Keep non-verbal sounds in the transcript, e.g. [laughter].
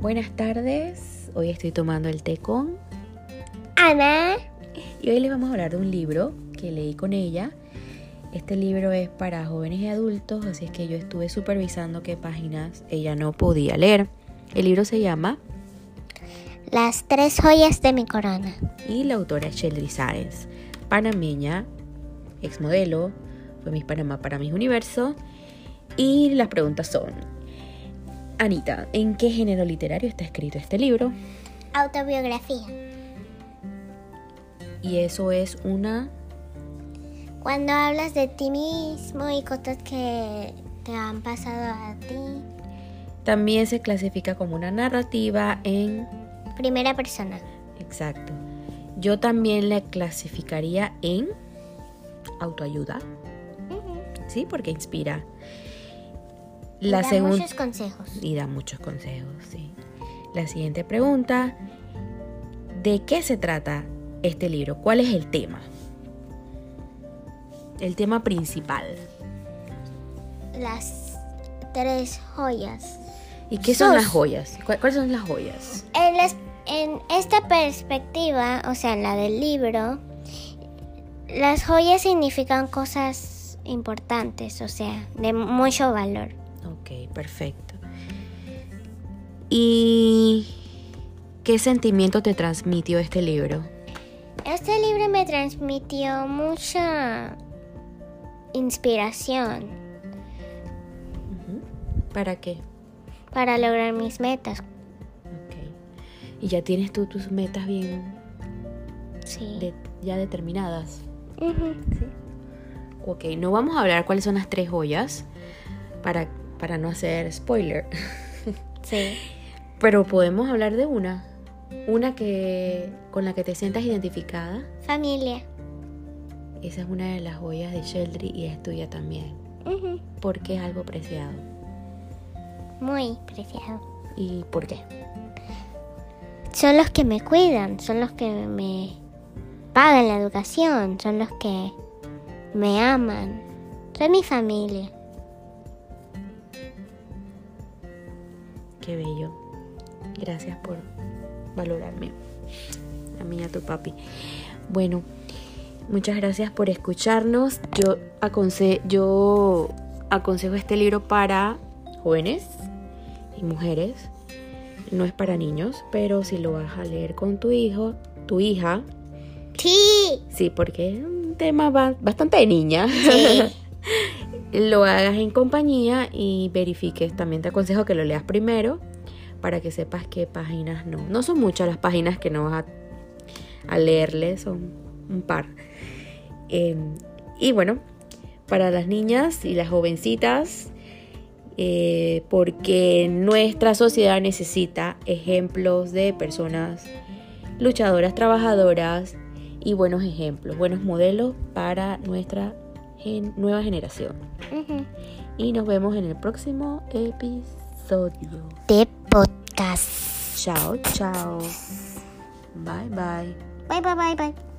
Buenas tardes, hoy estoy tomando el té con Ana. y hoy les vamos a hablar de un libro que leí con ella. Este libro es para jóvenes y adultos, así es que yo estuve supervisando qué páginas ella no podía leer. El libro se llama Las tres joyas de mi corona. y la autora es Sheldry Sáenz, panameña, exmodelo, fue Miss Panamá para Miss Universo. Y las preguntas son, Anita, ¿en qué género literario está escrito este libro? Autobiografía. Y eso es una... Cuando hablas de ti mismo y cosas que te han pasado a ti. También se clasifica como una narrativa en... Primera persona. Exacto. Yo también la clasificaría en autoayuda, ¿sí? Porque inspira. La Da segunda... Muchos consejos. y da muchos consejos. sí. La siguiente pregunta, ¿de qué se trata este libro? ¿Cuál es el tema? El tema principal. Las tres joyas. ¿Y qué son Sus. las joyas? ¿Cuá- ¿Cuáles son las joyas? En, las- en esta perspectiva, o sea, en la del libro, las joyas significan cosas importantes, o sea, de mucho valor. Ok, perfecto. ¿Y qué sentimiento te transmitió este libro? Este libro me transmitió mucha inspiración ¿Para qué? para lograr mis metas. Ok. ¿Y ya tienes tú tus metas bien Sí. de- ya determinadas? Ujú. Ok, no vamos a hablar cuáles son las tres joyas para, para no hacer spoiler, [laughs] Sí. pero podemos hablar de una. Una que con la que te sientas identificada. Familia. Esa es una de las joyas de Sheldry y es tuya también, Ujú. porque es algo preciado. Muy preciado. ¿Y por qué? Son los que me cuidan, son los que me pagan la educación, son los que me aman. Son mi familia. Qué bello. Gracias por valorarme. A mí y a tu papi. Bueno, muchas gracias por escucharnos. Yo, aconse- yo aconsejo este libro para jóvenes y mujeres. No es para niños, pero si lo vas a leer con tu hijo, tu hija, Sí. sí, porque es un tema ba- bastante de niña. [laughs] [laughs] lo hagas en compañía y verifiques. También te aconsejo que lo leas primero para que sepas qué páginas no. No son muchas las páginas que no vas a, a leerle, son un par. Eh, y bueno, para las niñas y las jovencitas, eh, porque nuestra sociedad necesita ejemplos de personas luchadoras, trabajadoras y buenos ejemplos, buenos modelos para nuestra gen- nueva generación. Ujú. Y nos vemos en el próximo episodio. De podcast. Chao, chao. Bye, bye. Bye, bye, bye, bye.